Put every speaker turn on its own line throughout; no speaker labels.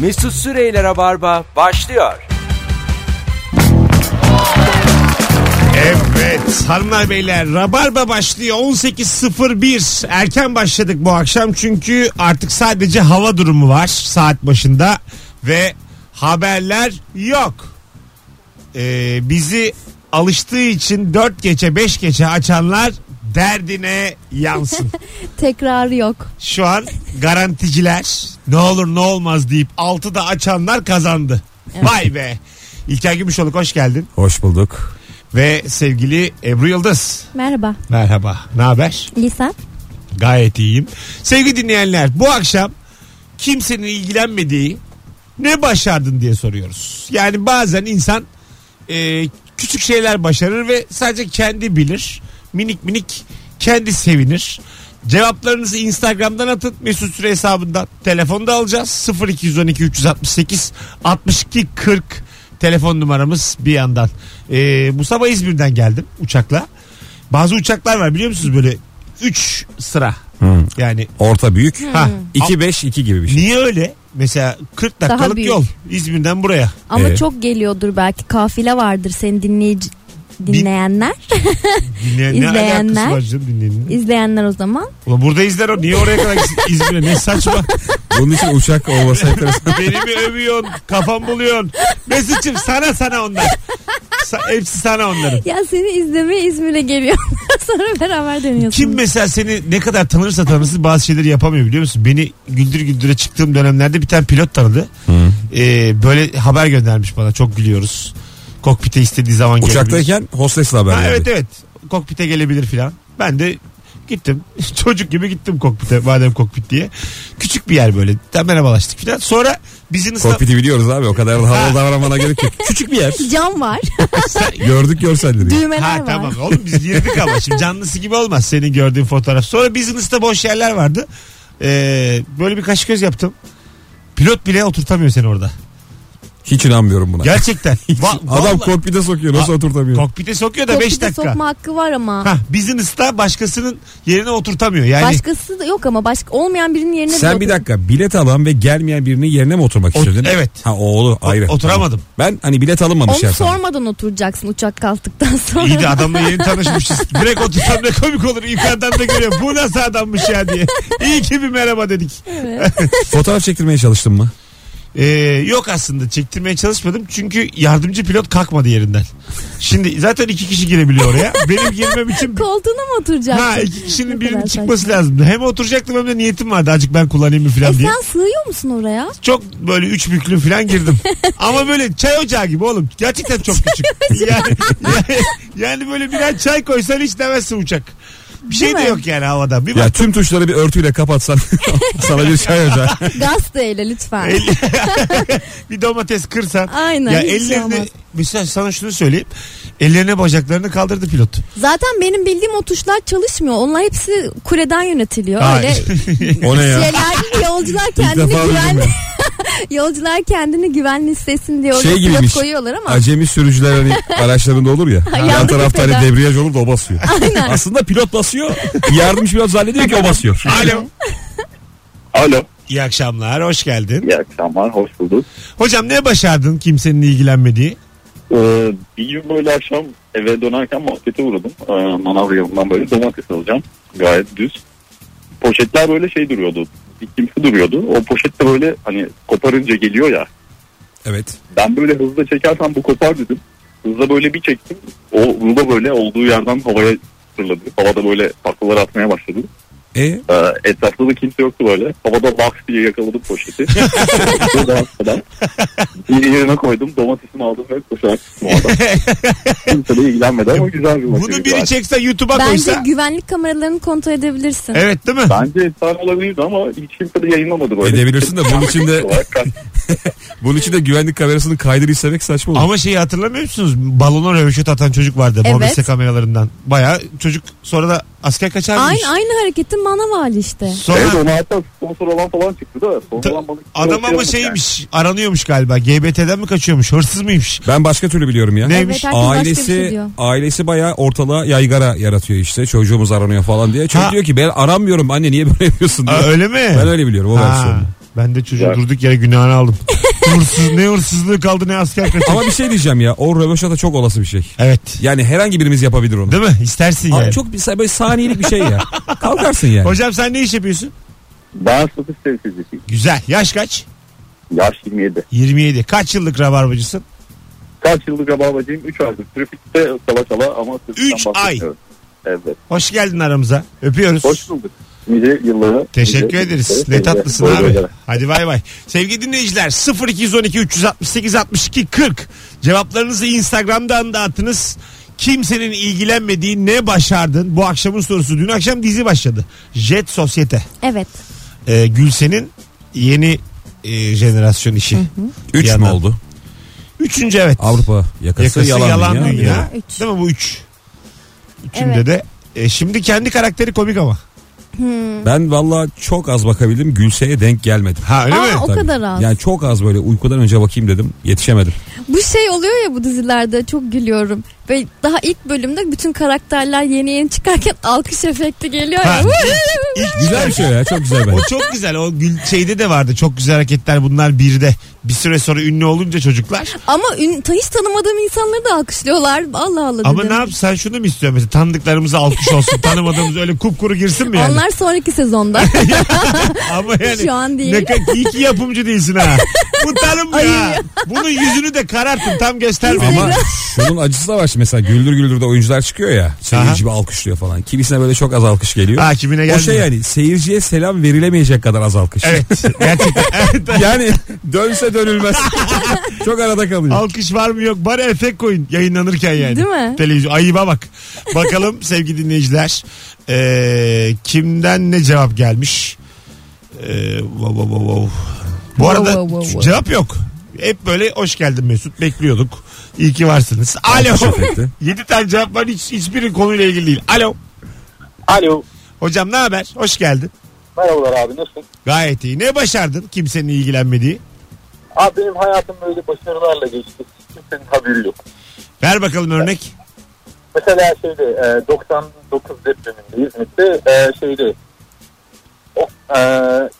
Mesut Süreyler'e barba başlıyor.
Evet hanımlar beyler Rabarba başlıyor 18.01 erken başladık bu akşam çünkü artık sadece hava durumu var saat başında ve haberler yok. Ee, bizi alıştığı için 4 geçe 5 geçe açanlar derdine yansın.
Tekrarı yok.
Şu an garanticiler ne olur ne olmaz deyip 6'da açanlar kazandı. Vay be. İlker Gümüşoluk hoş geldin
Hoş bulduk.
ve sevgili Ebru Yıldız.
Merhaba.
Merhaba. Ne haber?
Lisa.
Gayet iyiyim. Sevgili dinleyenler bu akşam kimsenin ilgilenmediği ne başardın diye soruyoruz. Yani bazen insan e, küçük şeyler başarır ve sadece kendi bilir. Minik minik kendi sevinir. Cevaplarınızı Instagram'dan atın. Mesut Süre hesabından. Telefonda alacağız. 0212 368 62 40 telefon numaramız bir yandan. E, bu sabah İzmir'den geldim uçakla. Bazı uçaklar var biliyor musunuz böyle 3 sıra. Yani
Orta büyük.
ha,
2-5-2 gibi bir şey.
Niye öyle? Mesela 40
Daha
dakikalık
büyük.
yol İzmir'den buraya.
Ama
Ee?
çok geliyordur belki. Kafile vardır seni dinleyici dinleyenler.
Dinleyen, ne
İzleyenler.
alakası var canım dinleyenin?
izleyenler o zaman.
Ulan burada izler o. Niye oraya kadar gitsin İzmir'e? Ne saçma.
Bunun için uçak olmasa enteresan.
Beni mi övüyorsun? Kafam buluyorsun. Mesut'cum sana sana onlar. Sa- hepsi sana onların.
Ya seni izlemeye İzmir'e geliyor. Sonra beraber dönüyorsunuz.
Kim mesela seni ne kadar tanırsa tanısın bazı şeyleri yapamıyor biliyor musun? Beni güldür güldüre çıktığım dönemlerde bir tane pilot tanıdı. Ee, böyle haber göndermiş bana çok gülüyoruz. Kokpite istediği zaman gelebilir.
Uçaktayken hostesle haber
Ha,
verdi.
evet evet. Kokpite gelebilir filan. Ben de gittim. Çocuk gibi gittim kokpite. Madem kokpit diye. Küçük bir yer böyle. Tam merhabalaştık filan. Sonra bizim ısla-
Kokpiti biliyoruz abi o kadar da havalı davranmana gerek yok. Küçük bir yer.
Cam var.
Gördük görselleri.
Düğmeler
Ha
var.
tamam oğlum biz girdik ama şimdi canlısı gibi olmaz senin gördüğün fotoğraf. Sonra business'ta boş yerler vardı. Ee, böyle bir kaş göz yaptım. Pilot bile oturtamıyor seni orada.
Hiç inanmıyorum buna.
Gerçekten. Va-
Adam
vallahi-
kokpite sokuyor nasıl
Ha,
oturtamıyor.
kokpite sokuyor da 5
Kokpite
dakika.
sokma hakkı var ama.
Ha, business'ta başkasının yerine oturtamıyor. Yani
Başkası da yok ama başka olmayan birinin yerine
Sen bir dakika bilet alan ve gelmeyen birinin yerine mi oturmak istiyordun?
evet.
Ha oğlu ayrı.
oturamadım.
Ben hani bilet
Onu
alınmamış yer sandım.
sormadan oturacaksın uçak kalktıktan sonra.
İyi de adamla yeni tanışmışız. Direkt otursam ne komik olur. Yukarıdan da görüyor. Bu nasıl adammış ya diye. İyi ki bir merhaba dedik.
Fotoğraf çektirmeye çalıştın mı?
Ee, yok aslında çektirmeye çalışmadım. Çünkü yardımcı pilot kalkmadı yerinden. Şimdi zaten iki kişi girebiliyor oraya. Benim girmem için...
Koltuğuna mı oturacaksın? E,
Ha iki kişinin
Ne
birinin
kadar
çıkması lazımdı. Hem oturacaktım hem de niyetim vardı. Azıcık ben kullanayım mı
E
falan diye.
sen sığıyor musun oraya?
Çok böyle üç büklüm falan girdim. Ama böyle çay ocağı gibi oğlum. Gerçekten çok küçük. yani, yani, yani böyle birer çay koysan hiç demezsin uçak. Bir şey
Değil
de
mi?
yok yani havada. Bir
Ya tüm tuşları bir örtüyle kapatsan sana bir şey çay ocağı.
Gaz da eyle lütfen.
Elli- bir domates kırsan.
Aynen,
Ya
hiç şey
ellerini
olmaz.
mesela sana şunu söyleyeyim. Ellerine bacaklarını kaldırdı pilot.
Zaten benim bildiğim o tuşlar çalışmıyor. Onlar hepsi kureden yönetiliyor.
Ay.
Öyle
Şey
O ne ya?
şeyler yolcular
İlk
kendini
defa duydum
güvenli
ben.
yolcular kendini güvenli hissetsin diye oraya
Şey
pilot
gibiymiş.
koyuyorlar ama
Acemi sürücüler hani araçlarında olur ya. yan
yandık
tarafta hani
feda.
debriyaj olur da o basıyor. Aslında pilot basıyor. Yardımcı pilot zannediyor ki o basıyor.
Alo.
Alo.
İyi akşamlar. Hoş geldin.
İyi akşamlar. Hoş bulduk.
Hocam ne başardın kimsenin ilgilenmediği?
Ee, bir gün böyle akşam eve dönerken markete uğradım. Ee, manav yolundan böyle domates alacağım. Gayet düz. Poşetler böyle şey duruyordu. Dikimsi duruyordu. O poşet de böyle hani koparınca geliyor ya.
Evet.
Ben böyle hızla çekersem bu kopar dedim. Hızla böyle bir çektim. O rulo böyle olduğu yerden havaya fırladı. Havada böyle taklalar atmaya başladı.
E
Ee, etrafta da kimse yoktu böyle. Havada box diye yakaladım poşeti. o da falan. Bir yerine koydum. Domatesimi aldım ve koşarak çıktım oradan. kimse de ilgilenmedi ama güzel bir maçıydı.
Bunu biri çekse YouTube'a
bence
koysa.
güvenlik kameralarını kontrol edebilirsin.
Evet değil mi?
Bence efsane olabilirdi ama hiç kimse de yayınlamadı
E,
böyle.
Edebilirsin de bunun için de- bunun için de güvenlik kamerasının kaydını istemek saçma olur.
Ama şeyi hatırlamıyor musunuz? Balona röveşat atan çocuk vardı.
Evet.
Mobese kameralarından. Baya çocuk sonra da asker kaçarmış.
Aynı aynı hareketin manav hali işte.
Sonra
Evet ona hatta sponsor olan falan çıktı da. Sponsor olan bana şey
adam ama şeymiş. Aranıyormuş galiba. GBT'den mi kaçıyormuş? Hırsız mıymış?
Ben başka türlü biliyorum ya.
Neymiş?
Evet, herkes başka bir şey
Ailesi
diyor.
ailesi bayağı ortalığa yaygara yaratıyor işte. Çocuğumuz aranıyor falan diye. Çocuk
Ha.
diyor ki ben aranmıyorum anne niye böyle yapıyorsun
Aa,
diyor.
öyle mi?
Ben öyle biliyorum o
Ha.
versiyonu.
Ben de çocuğu
Ya.
durduk yere günahını aldım. Hırsız, ne hırsızlığı kaldı ne asker kaçırdı.
Ama bir şey diyeceğim ya. O röveşata çok olası bir şey.
Evet.
Yani herhangi birimiz yapabilir onu.
Değil mi? İstersin
Abi
yani.
çok bir, böyle saniyelik bir şey ya. Kalkarsın yani.
Hocam sen ne iş yapıyorsun?
Ben satış temsilcisiyim.
Güzel. Yaş kaç?
Yaş 27.
27. Kaç yıllık rabarbacısın?
Kaç yıllık rabarbacıyım? 3 aydır. Trafikte sala sala ama trafikten
Üç ay.
bahsetmiyorum. Evet.
Hoş geldin aramıza. Öpüyoruz.
Hoş bulduk. Nice yıllara.
Teşekkür
nice
ederiz.
yıllara,
Ne tatlısın
nice
abi.
yıllara.
Hadi bay bay. Sevgili dinleyiciler 0212 368 62 40 cevaplarınızı Instagram'dan da atınız. Kimsenin ilgilenmediği ne başardın? Bu akşamın sorusu. Dün akşam dizi başladı. Jet Sosyete.
Evet.
Ee, Gülsen'in yeni e, jenerasyon işi.
Üç mü
Yandan.
oldu?
Üçüncü evet.
Avrupa yakası,
Yakası yalan,
dünya.
dünya.
Üç.
Değil mi bu üç? Üçünde
Evet.
de. E, şimdi kendi karakteri komik ama.
Ben valla çok az bakabildim. Gülse'ye denk gelmedim.
Ha öyle
Aa,
mi?
o
Tabii.
kadar az.
Yani çok az böyle uykudan önce bakayım dedim. Yetişemedim.
Bu şey oluyor ya bu dizilerde çok gülüyorum. Ve daha ilk bölümde bütün karakterler yeni yeni çıkarken alkış efekti geliyor
Ha,
ya.
İlk
Güzel bir şey ya. Çok güzel bence.
O çok güzel. O gül şeyde de vardı. Çok güzel hareketler bunlar birde. Bir süre sonra ünlü olunca çocuklar.
Ama ün, hiç tanımadığım insanları da alkışlıyorlar. Allah Allah.
Ama
dedim.
ne yap sen şunu mu istiyorsun mesela tanıdıklarımıza alkış olsun. Tanımadığımız öyle kupkuru girsin mi yani?
Onlar sonraki sezonda.
Ama yani
Şu an değil.
ne ka- iyi ki yapımcı değilsin ha. Bu tanınmıyor ha. Bunun yüzünü de karartın tam göstermeyin.
Ama şunun acısı da var şimdi mesela güldür güldürde oyuncular çıkıyor ya
Aha.
seyirci gibi alkışlıyor falan. Kimisine böyle çok az alkış geliyor.
Ha kimine
o
gelmiyor.
şey yani seyirciye selam verilemeyecek kadar az alkış.
Evet gerçekten. Evet.
Yani dönse dönülmez. çok arada kalıyor.
Alkış var mı yok bari efekt koyun yayınlanırken yani.
Değil mi?
Televizyon ayıba bak. Bakalım sevgili dinleyiciler ee, kimden ne cevap gelmiş? Ee, wow, wow, wow, wow. Bu arada
wow, wow, wow.
cevap yok. Hep böyle hoş geldin Mesut bekliyorduk. İyi ki varsınız. Alo.
Alkış efekti.
7 tane cevap var hiç, hiçbiri konuyla ilgili değil. Alo.
Alo.
Hocam ne haber? Hoş geldin.
Merhabalar abi nasılsın?
Gayet iyi. Ne başardın kimsenin ilgilenmediği?
Abi benim hayatım böyle başarılarla geçti. Kimsenin haberi yok.
Ver bakalım örnek.
Mesela şeyde e, 99 depreminde İzmit'te e, şeyde o, e,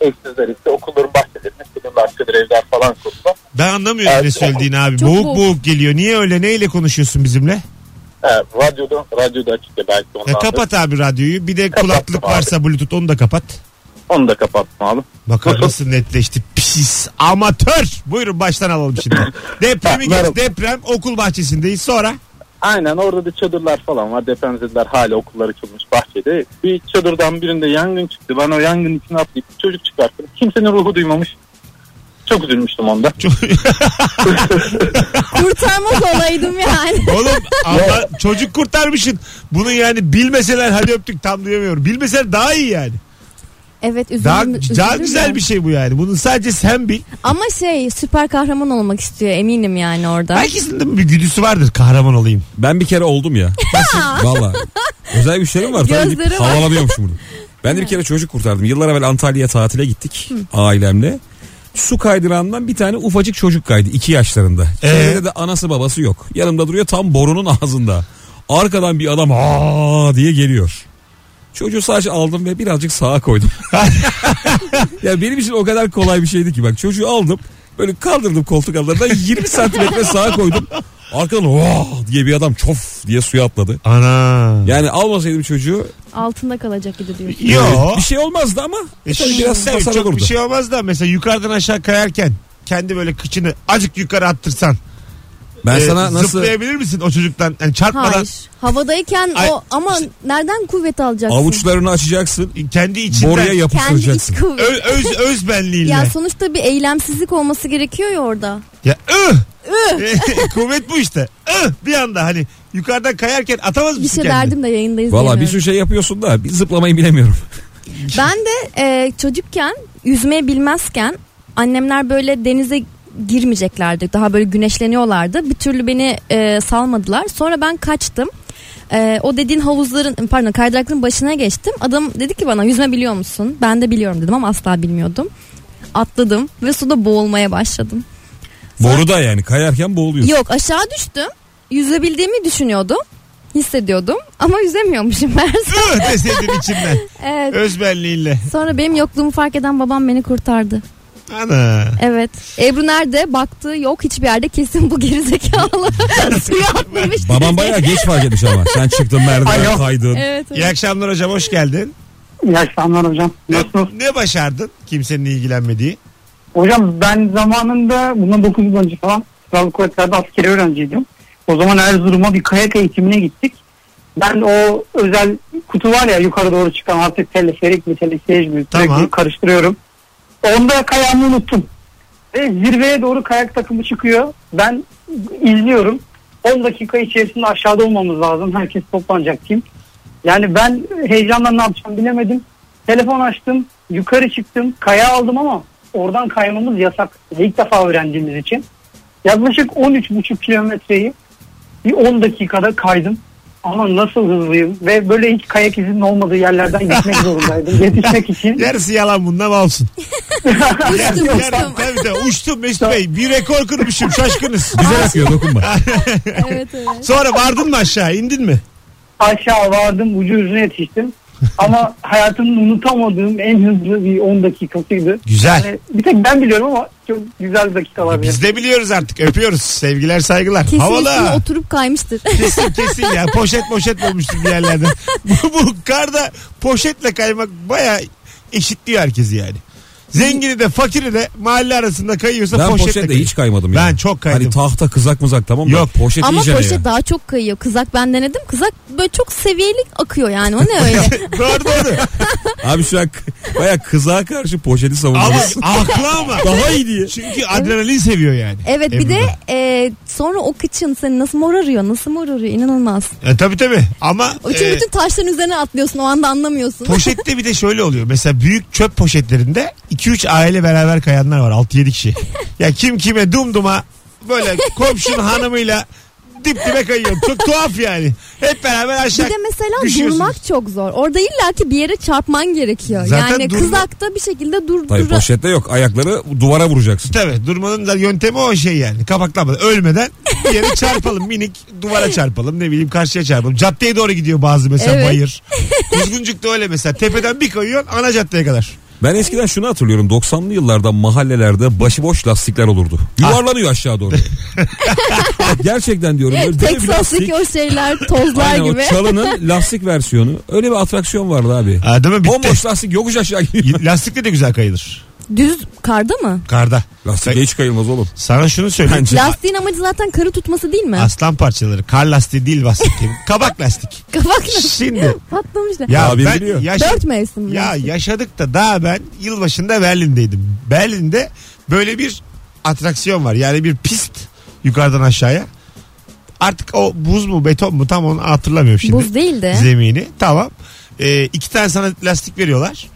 evsizler işte okulların bahçelerine senin bahçeleri evler falan kuruldu.
Ben anlamıyorum ne söylediğini abi.
Çok
boğuk
boğuk.
boğuk geliyor. Niye öyle? Neyle konuşuyorsun bizimle?
E, radyoda, radyoda açıkta belki ondan.
Ya E, kapat abi radyoyu. Bir de
Kapattım
kulaklık
abi.
varsa bluetooth onu da kapat.
Onu da kapattım abi.
Bakar nasıl netleşti. Pis amatör. Buyurun baştan alalım şimdi. Depremi geç.
Merhaba.
Deprem okul bahçesindeyiz. Sonra
Aynen orada da çadırlar falan var. Depremzediler hala okullar açılmış bahçede. Bir çadırdan birinde yangın çıktı. Ben o yangın içine atlayıp bir çocuk çıkarttım. Kimsenin ruhu duymamış. Çok üzülmüştüm onda.
Çok-
Kurtarmaz olaydım yani.
oğlum ama çocuk kurtarmışsın. Bunu yani bilmeseler hadi öptük tam duyamıyorum. Bilmeseler daha iyi yani.
Evet üzüldüm.
Daha, daha
üzüldüm
güzel
ben.
bir şey bu yani. Bunu sadece sen bil.
Ama şey süper kahraman olmak istiyor eminim yani orada.
Herkesin de bir güdüsü vardır. Kahraman olayım.
Ben bir kere oldum ya. Valla. Özel bir şeyim var. Tabii
Gözleri
gidip
var.
Havalanıyormuşum burada. Ben de bir kere çocuk kurtardım. Yıllar evvel Antalya'ya tatile gittik ailemle. Su kaydırağından bir tane ufacık çocuk kaydı. iki yaşlarında.
Ee?
Çevrede de anası babası yok. Yanımda duruyor tam borunun ağzında. Arkadan bir adam aa diye geliyor. Çocuğu sadece aldım ve birazcık sağa koydum. ya benim için o kadar kolay bir şeydi ki bak çocuğu aldım böyle kaldırdım koltuk altlarından 20 santimetre sağa koydum. Arkadan "Vah!" diye bir adam çof diye suya atladı.
Ana.
Yani almasaydım çocuğu
Altında kalacak gibi diyor.
Yo.
bir şey olmazdı ama e, tabii biraz
Tabii
sarsar
çok
olurdu.
bir şey olmaz da mesela yukarıdan aşağı kayarken kendi böyle kıçını azıcık yukarı attırsan
Ben
e,
sana nasıl
zıplayabilir misin o çocuktan yani çarpmadan
Hayır. Havadayken
Ay,
o ama nereden kuvvet alacaksın?
avuçlarını açacaksın
kendi içinden
boruya
Kendi iç
yapıştıracaksın.
kuvveti.
ö- öz öz benliğinle
Ya
ya,
sonuçta bir eylemsizlik olması gerekiyor ya orada.
ıh! kuvvet bu işte Ih! bir anda hani yukarıdan kayarken atamaz
Bir
mısın
şey
kendini?
derdim de yayındayız.
Valla bir sürü şey yapıyorsun da bir zıplamayı bilemiyorum.
Ben de e, çocukken yüzmeyi bilmezken annemler böyle denize girmeyeceklerdi. Daha böyle güneşleniyorlardı. Bir türlü beni e, salmadılar. Sonra ben kaçtım. E, o dediğin havuzların pardon kaydırakların başına geçtim. Adam dedi ki bana yüzme biliyor musun? Ben de biliyorum dedim ama asla bilmiyordum. Atladım ve suda boğulmaya başladım.
Boruda yani kayarken boğuluyorsun.
Yok aşağı düştüm. Yüzebildiğimi düşünüyordum. Hissediyordum ama yüzemiyormuşum ben.
Ih! deseydin içinden
Evet.
öz benliğinle
Sonra benim yokluğumu fark eden babam beni kurtardı.
Ana.
Evet. Ebru nerede? Baktı yok hiçbir yerde kesin bu gerizekalı suya atlamış.
Babam bayağı geç fark etmiş ama. Sen çıktın
Ay yok.
merdiven kaydın.
Evet. evet.
İyi akşamlar hocam hoş geldin.
İyi akşamlar hocam.
Ne,
Nasılsınız?
ne başardın kimsenin ilgilenmediği?
Hocam ben zamanında bundan 9 yıl önce falan Silahlı Kuvvetler'de askeri öğrenciydim. O zaman Erzurum'a bir kayak eğitimine gittik. Ben o özel kutu var ya yukarı doğru çıkan artık teleferik mi telesiyej mi sürekli
Tamam.
karıştırıyorum. Onda kayağımı unuttum. Ve zirveye doğru kayak takımı çıkıyor. Ben izliyorum. 10 dakika içerisinde aşağıda olmamız lazım. Herkes toplanacak kim. Yani ben heyecandan ne yapacağımı bilemedim. Telefon açtım, yukarı çıktım, kaya aldım ama oradan kaymamız yasak. İlk defa öğrendiğimiz için. Yaklaşık 13,5 kilometreyi bir 10 dakikada kaydım. Ama nasıl hızlıyım ve böyle hiç kayak izinin olmadığı yerlerden gitmek zorundaydım. Yetişmek için.
Yarısı yalan bundan olsun.
Uçtum
Yarısı-
uçtum.
Tabii tabii uçtum Mesut Bey. Bir rekor kırmışım şaşkınız.
Güzel akıyor dokunma.
evet evet.
Sonra vardın mı aşağı indin mi?
Aşağı vardım ucu ucuna yetiştim. Ama hayatımın unutamadığım en hızlı bir 10 dakikasıydı.
Güzel.
Yani bir tek ben biliyorum ama çok güzel dakikalar.
Biz de biliyoruz artık öpüyoruz. Sevgiler saygılar.
Kesin üstüne
Havalı.
oturup kaymıştır.
Kesin kesin ya poşet poşet bulmuştum bir yerlerde. bu, bu karda poşetle kaymak baya eşitliyor herkesi yani. Zengini de fakiri de mahalle arasında kayıyorsa
Ben
poşetle,
poşetle
kayıyor.
hiç kaymadım.
Ben
yani.
çok kaydım.
Hani tahta kızak mızak tamam mı?
Yok.
Poşet
Ama
iyice
poşet
ya.
daha çok kayıyor. Kızak ben denedim. Kızak böyle çok seviyeli akıyor yani. O ne öyle?
doğru doğru.
Abi şu an k- baya kızağa karşı poşeti
ama
savunuyoruz.
aklı ama.
daha iyi diye.
Çünkü adrenalin seviyor yani.
Evet bir de
Ebru'da.
e, sonra o kıçın seni nasıl morarıyor nasıl morarıyor inanılmaz.
E, tabii tabii ama
Bütün,
e,
bütün taşların üzerine atlıyorsun o anda anlamıyorsun.
poşette bir de şöyle oluyor. Mesela büyük çöp poşetlerinde 2-3 aile beraber kayanlar var 6-7 kişi. ya kim kime dumduma böyle komşunun hanımıyla dip dibe kayıyor. Çok tuhaf yani. Hep beraber aşağı
bir de mesela
düşüyorsunuz.
durmak çok zor. Orada illaki bir yere çarpman gerekiyor.
Zaten
yani
durma-
kızakta bir şekilde dur
Tabii
dur-
poşette yok. Ayakları duvara vuracaksın.
Tabii durmanın da yöntemi o şey yani. Kapaklamadan ölmeden bir yere çarpalım minik duvara çarpalım ne bileyim karşıya çarpalım. Caddeye doğru gidiyor bazı mesela
Evet.
bayır. Kuzguncuk'ta öyle mesela tepeden bir kayıyorsun ana caddeye kadar.
Ben eskiden şunu hatırlıyorum. 90'lı yıllarda mahallelerde başıboş lastikler olurdu.
Ah.
Yuvarlanıyor aşağı doğru. Gerçekten diyorum. Böyle dev bir
Teksas'taki o şeyler tozlar
Aynen
gibi.
o çalının lastik versiyonu. Öyle bir atraksiyon vardı abi.
Ha, değil mi? Bitti.
Bomboş lastik yokuş aşağı gidiyor.
Lastikle de güzel kayılır.
Düz karda mı?
Karda.
Lastik hiç kayılmaz oğlum.
Sana şunu söyleyeyim.
Bence
Lastiğin amacı zaten karı tutması değil mi?
Aslan parçaları. Kar lastiği değil bahsettiğim. Kabak lastik.
Kabak nasıl
Şimdi
patlamış da.
ya
Abi
ben
biliyor.
yaşa-
Dört mevsim. mi?
ya yaşadık da daha ben yılbaşında Berlin'deydim. Berlin'de böyle bir atraksiyon var. Yani bir pist yukarıdan aşağıya. Artık o buz mu beton mu tam onu hatırlamıyorum şimdi.
Buz değil de.
Zemini tamam. Ee, iki tane sana lastik veriyorlar.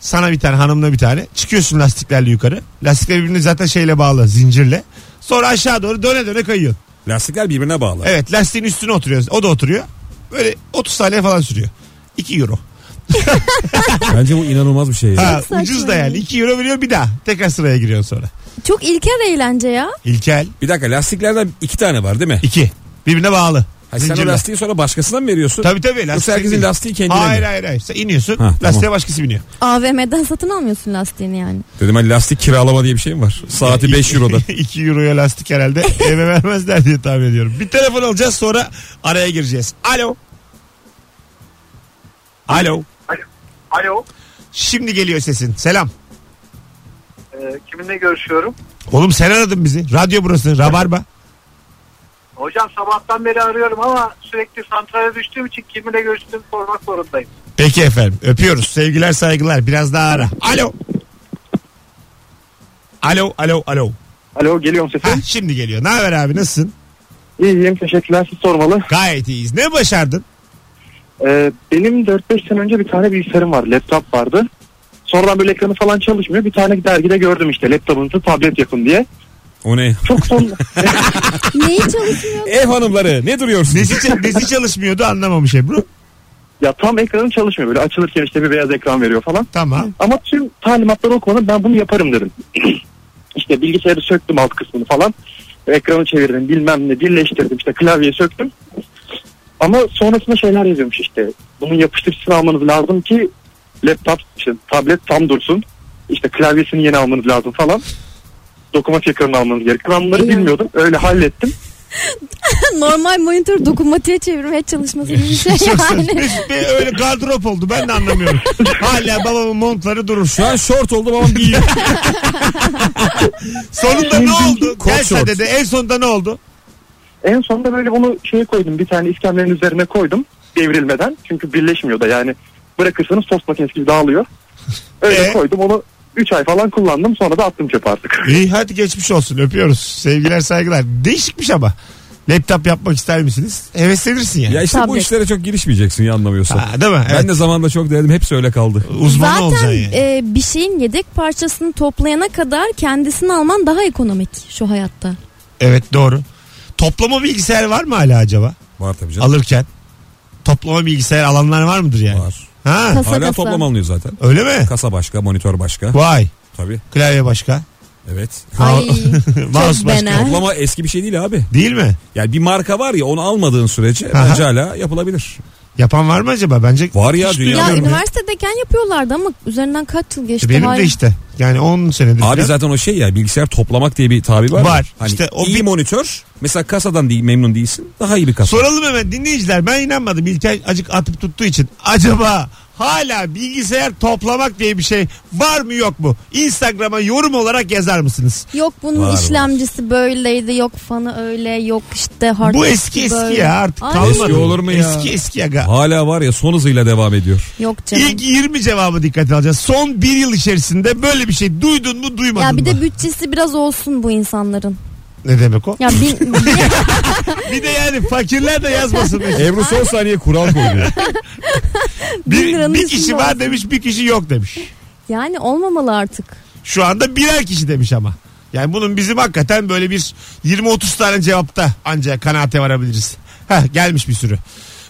Sana bir tane hanımla bir tane. Çıkıyorsun lastiklerle yukarı. Lastikler birbirini zaten şeyle bağlı zincirle. Sonra aşağı doğru döne döne kayıyorsun.
Lastikler birbirine bağlı.
Evet lastiğin üstüne oturuyoruz. O da oturuyor. Böyle 30 saniye falan sürüyor. 2 euro.
Bence bu inanılmaz bir şey. ya.
Ha,
saçma
ucuz da
ya.
yani. 2 euro veriyor bir daha. Tekrar sıraya giriyorsun sonra.
Çok ilkel eğlence ya.
İlkel.
Bir dakika lastiklerden iki tane var değil mi?
2. Birbirine bağlı.
Ha, sen o
Zincirle.
lastiği sonra başkasına mı veriyorsun?
Tabii tabii.
Yoksa
Lastik
herkesin lastiği kendine
Hayır
mi?
hayır hayır. Sen iniyorsun.
Ha,
lastiğe
tamam.
başkası biniyor.
AVM'den satın almıyorsun lastiğini yani.
Dedim hani lastik kiralama diye bir şey mi var? Saati 5 Euro'da.
2 euroya lastik herhalde eve vermezler diye tahmin ediyorum. Bir telefon alacağız sonra araya gireceğiz. Alo. Alo.
Alo,
Şimdi geliyor sesin. Selam.
e, kiminle görüşüyorum?
Oğlum sen aradın bizi. Radyo burası. Rabarba.
Hocam sabahtan beri arıyorum ama sürekli santrale düştüğüm için kiminle görüştüğümü sormak zorundayım.
Peki efendim. Öpüyoruz. Sevgiler saygılar. Biraz daha ara. Alo. Alo alo alo.
Alo, geliyorum
Hah, şimdi geliyor. Ne haber abi nasılsın?
İyiyim, teşekkürler. Siz sormalı.
Gayet iyiyiz. Ne başardın?
E, benim 4-5 sene önce bir tane bilgisayarım var, laptop vardı. Sonradan böyle ekranı falan çalışmıyor. Bir tane dergide gördüm işte laptopunuzu tablet yapın diye.
O ne?
Çok son...
Neyi çalışmıyor?
Ev hanımları ne duruyorsunuz?
Nesi, ça- nesi çalışmıyordu anlamamış Ebru.
ya tam ekranın çalışmıyor böyle açılırken işte bir beyaz ekran veriyor falan.
Tamam.
Ama tüm talimatları okumadım ben bunu yaparım dedim. işte bilgisayarı söktüm alt kısmını falan. Ekranı çevirdim bilmem ne birleştirdim işte klavyeyi söktüm. Ama sonrasında şeyler yazıyormuş işte. Bunun yapıştırıcısını almanız lazım ki laptop, işte tablet tam dursun. İşte klavyesini yeni almanız lazım falan. Dokunma çekerini almanız gerekiyor. Ben bunları bilmiyordum. Öyle hallettim.
Normal monitör dokunmatiğe çevirmeye çalışması gibi bir şey
Çok saçma.
yani.
Ve öyle gardırop oldu. Ben de anlamıyorum. Hala babamın montları durur.
Şu an short oldum ama giyiyorum.
Sonunda ne oldu?
Kot
Gelse
şort.
dedi. En sonunda ne oldu?
En sonunda böyle bunu şeye koydum. Bir tane iskemlerin üzerine koydum. Devrilmeden. Çünkü birleşmiyor da yani. Bırakırsanız tost makinesi gibi dağılıyor. Öyle
Ee?
koydum onu 3 ay falan kullandım. Sonra da attım çöpe artık.
İyi hadi geçmiş olsun. Öpüyoruz. Sevgiler saygılar. Değişikmiş ama. Laptop yapmak ister misiniz? Heveslenirsin yani.
ya işte bu
Tablet.
işlere çok girişmeyeceksin ya anlamıyorsan.
Ha, değil mi? Evet.
Ben de zamanda çok denedim. Hepsi öyle kaldı.
Uzman olacaksın
Zaten
yani.
e, bir şeyin yedek parçasını toplayana kadar kendisini alman daha ekonomik şu hayatta.
Evet doğru. Toplama bilgisayar var mı hala acaba?
Var tabii canım.
Alırken. Toplama bilgisayar alanlar var mıdır yani?
Var.
Ha?
Kasa
Hala
kasa.
toplam alınıyor zaten.
Öyle mi?
Kasa başka, monitör başka.
Vay.
Tabii.
Klavye başka.
Evet.
Ay,
Mouse
çok
başka.
bena.
Toplama eski bir şey değil abi.
Değil mi?
Yani bir marka var ya onu almadığın sürece
Aha.
bence hala yapılabilir.
Yapan var mı acaba? Bence
Var ya
Hiç
dünya-
Ya
duyamıyorum
üniversitedeyken yapıyorlardı ama üzerinden kaç yıl geçti?
Benim
Hayır.
de işte. Yani 10 senedir.
Abi
falan.
zaten o şey ya bilgisayar toplamak diye bir tabi var. ya.
Var.
Hani
İşte o
iyi
bir-
monitör. Mesela kasadan değil memnun değilsin. Daha iyi bir kasa.
Soralım hemen dinleyiciler. Ben inanmadım. İlker acık atıp tuttuğu için. Acaba hala bilgisayar toplamak diye bir şey var mı yok mu? Instagram'a yorum olarak yazar mısınız?
Yok bunun
Var, var.
işlemcisi böyleydi, yok fanı öyle, yok işte hard
Bu
diski
eski eski
böyle.
ya artık
Ay,
kalmadı.
Eski olur mu ya?
Eski eski aga.
Hala var ya son hızıyla devam ediyor.
Yok canım.
İlk 20 cevabı dikkate alacağız. Son bir yıl içerisinde böyle bir şey duydun mu duymadın
ya bir
mı?
de bütçesi biraz olsun bu insanların.
Ne demek o?
Ya bin,
Bir de yani fakirler de yazmasın.
Ebru son saniye kural koyuyor.
Bin
bir,
liranın
bir
üstünde
kişi var
olsun.
demiş bir kişi yok demiş.
yani olmamalı artık.
Şu anda birer kişi demiş ama. Yani bunun bizim hakikaten böyle bir 20-30 tane cevapta ancak kanaate varabiliriz. Heh, gelmiş bir sürü.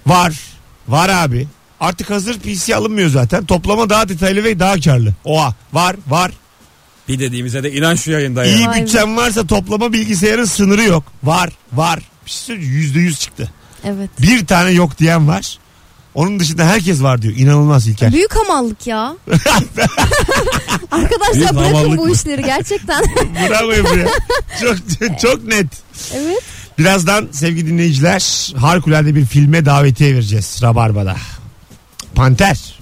Var. Var abi. Artık hazır PC alınmıyor zaten. Toplama daha detaylı ve daha karlı. Oha. Var. Var.
bir dediğimize de inan şu yayında ya.
İyi
Vay be.
bütçen varsa toplama bilgisayarın sınırı yok. Var. Var. Bir şey söyleyeyim. Yüzde yüz çıktı.
Evet.
Bir tane yok diyen var. Onun dışında herkes var diyor. İnanılmaz İlker.
Büyük hamallık ya. Arkadaşlar
Büyük
bırakın
hamallık
bu
mı?
işleri gerçekten.
Bravo Ebru ya. Çok, çok net.
evet.
Birazdan sevgili dinleyiciler harikulade bir filme davetiye vereceğiz Rabarba'da. Panter.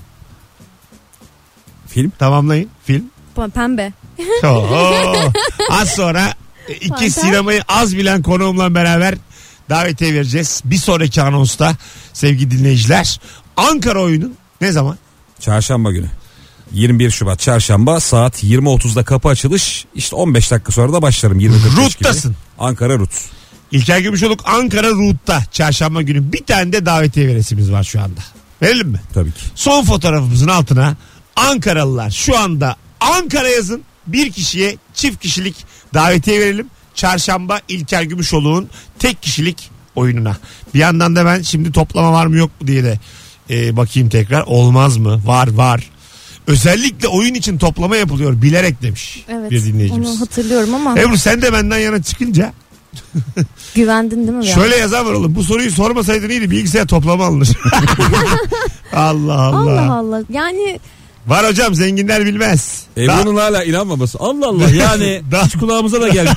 Film?
Tamamlayın. Film.
P- Pembe.
Oo. Az sonra e, iki
Panter.
sinemayı az bilen konuğumla beraber davetiye vereceğiz. Bir sonraki anonsta sevgili dinleyiciler Ankara oyunu ne zaman?
Çarşamba günü. 21 Şubat çarşamba saat 20.30'da kapı açılış. İşte 15 dakika sonra da başlarım. 20.45
Rut'tasın.
gibi. Ankara Rut.
İlker Gümüşoluk Ankara Root'ta çarşamba günü bir tane de davetiye veresimiz var şu anda. Verelim mi?
Tabii ki.
Son fotoğrafımızın altına Ankaralılar şu anda Ankara yazın. Bir kişiye çift kişilik davetiye verelim. Çarşamba İlker Gümüşoluk'un tek kişilik oyununa. Bir yandan da ben şimdi toplama var mı yok mu diye de e, bakayım tekrar. Olmaz mı? Var var. Özellikle oyun için toplama yapılıyor bilerek demiş
Evet.
bir
Onu
dinleyicimiz.
hatırlıyorum ama
Ebru sen de benden yana çıkınca
güvendin değil mi? ya?
şöyle yazan var oğlum. Bu soruyu sormasaydın iyiydi bilgisayar toplama alınır. Allah Allah.
Allah Allah. Yani
Var hocam zenginler bilmez. Daha-
Ebru'nun E, hala inanmaması. Allah Allah yani
Daha-
hiç kulağımıza da geldi.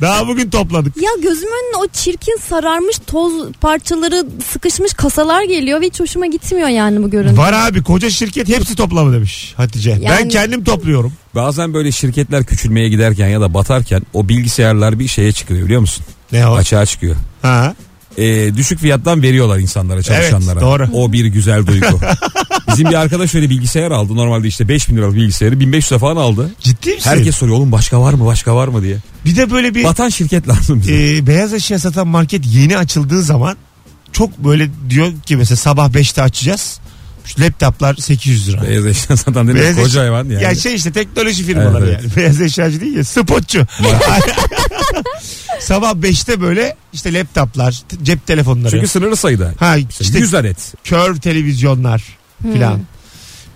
Daha bugün topladık.
ya gözümün önüne o çirkin sararmış toz parçaları sıkışmış kasalar geliyor ve hiç hoşuma gitmiyor yani bu görüntü.
Var abi koca şirket hepsi toplamı demiş Hatice. Ben
Yani-
kendim topluyorum.
Bazen böyle şirketler küçülmeye giderken ya da batarken o bilgisayarlar bir şeye çıkıyor biliyor musun?
Ne o?
Açığa çıkıyor.
Ha.
Ee, düşük fiyattan veriyorlar insanlara çalışanlara.
Evet, doğru.
O bir güzel duygu. Bizim bir arkadaş şöyle bilgisayar aldı. Normalde işte 5000 liralık bilgisayarı 1500 falan aldı.
Ciddi misin?
Herkes soruyor oğlum başka var mı başka var mı diye.
Bir de böyle bir
Batan şirket lazım bize.
e, beyaz eşya satan market yeni açıldığı zaman çok böyle diyor ki mesela sabah 5'te açacağız. Şu laptoplar 800 lira.
Beyaz eşya satan dedim
Beyaz
koca
eşya-
hayvan yani.
Ya şey işte teknoloji firmaları
Evet, evet.
yani. Beyaz eşyacı değil ya spotçu. sabah 5'te böyle işte laptoplar, t- cep telefonları.
Çünkü sınırlı sayıda.
ha
İşte
işte
100 adet.
kör televizyonlar
Hmm.
filan.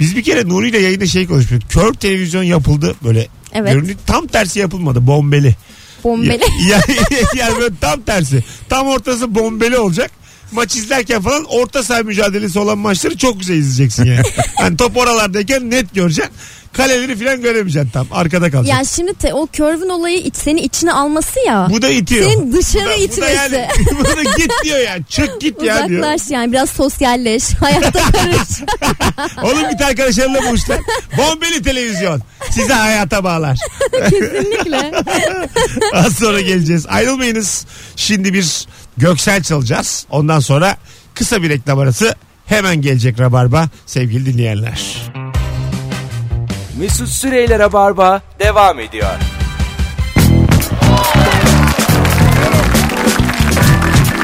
Biz bir kere Nuri ile yayında şey konuşmuştuk. Kör televizyon yapıldı böyle.
Evet.
Göründü- tam tersi yapılmadı bombeli.
Bombeli.
Ya- ya- yani böyle tam tersi. Tam ortası bombeli olacak. Maç izlerken falan orta saha mücadelesi olan maçları çok güzel izleyeceksin yani. yani top oralardayken net göreceksin. Kaleleri falan göremeyeceksin tam. Arkada kalacaksın.
Ya şimdi te- o körvün olayı iç, seni içine alması ya.
bu da itiyor.
senin
Bu da-
dışarı
bu da yani,
itmesi.
bu da git diyor ya. Çık git ya diyor.
Uzaklaş yani biraz sosyalleş. Hayatta karış.
Oğlum git arkadaşlarınla buluşlar. Bombeli televizyon. Sizi hayata bağlar.
Kesinlikle.
Az sonra geleceğiz. Ayrılmayınız. Şimdi bir Göksel çalacağız. Ondan sonra kısa bir reklam arası. Hemen gelecek Rabarba sevgili dinleyenler.
Mesut Süreyler'e barba devam ediyor.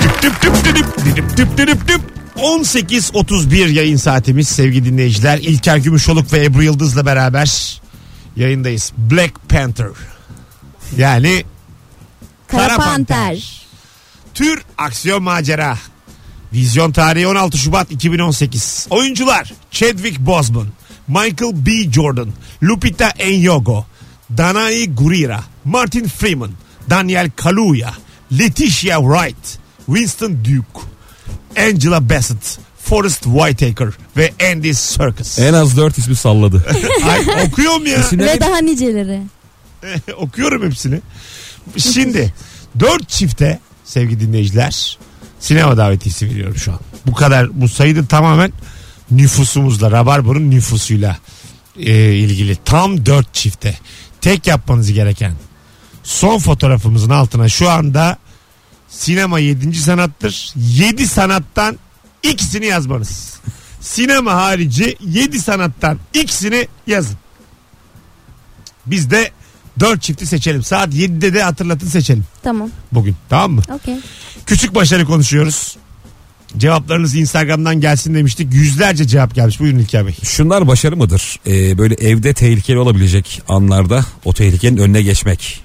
Tüp tüp tüp tüp tüp tüp tüp tüp. 18.31 yayın saatimiz sevgili dinleyiciler. İlker Gümüşoluk ve Ebru Yıldız'la beraber yayındayız. Black Panther. Yani Kara
Kara
panter.
panter.
Tür aksiyon macera. Vizyon tarihi 16 Şubat 2018. Oyuncular Chadwick Boseman, Michael B. Jordan, Lupita Nyong'o, Danai Gurira, Martin Freeman, Daniel Kaluuya, Letitia Wright, Winston Duke, Angela Bassett, Forrest Whitaker ve Andy Serkis.
En az dört ismi salladı.
Ay, okuyorum ya.
İsimler
Ve daha niceleri.
Okuyorum hepsini. Şimdi dört çifte sevgili dinleyiciler sinema davetiyesi veriyorum şu an. Bu kadar bu sayıda tamamen nüfusumuzla Rabarba'nın nüfusuyla e, ilgili tam dört çifte. Tek yapmanız gereken son fotoğrafımızın altına şu anda sinema 7. sanattır. 7 sanattan ikisini yazmanız. Sinema harici 7 sanattan ikisini yazın. Biz de 4 çifti seçelim. Saat 7'de de hatırlatın seçelim
Tamam.
bugün. Tamam mı?
Okey.
Küçük başarı konuşuyoruz. Cevaplarınız Instagram'dan gelsin demiştik. Yüzlerce cevap gelmiş. Buyurun İlker Bey.
Şunlar başarı mıdır? Ee, böyle evde tehlikeli olabilecek anlarda o tehlikenin önüne geçmek.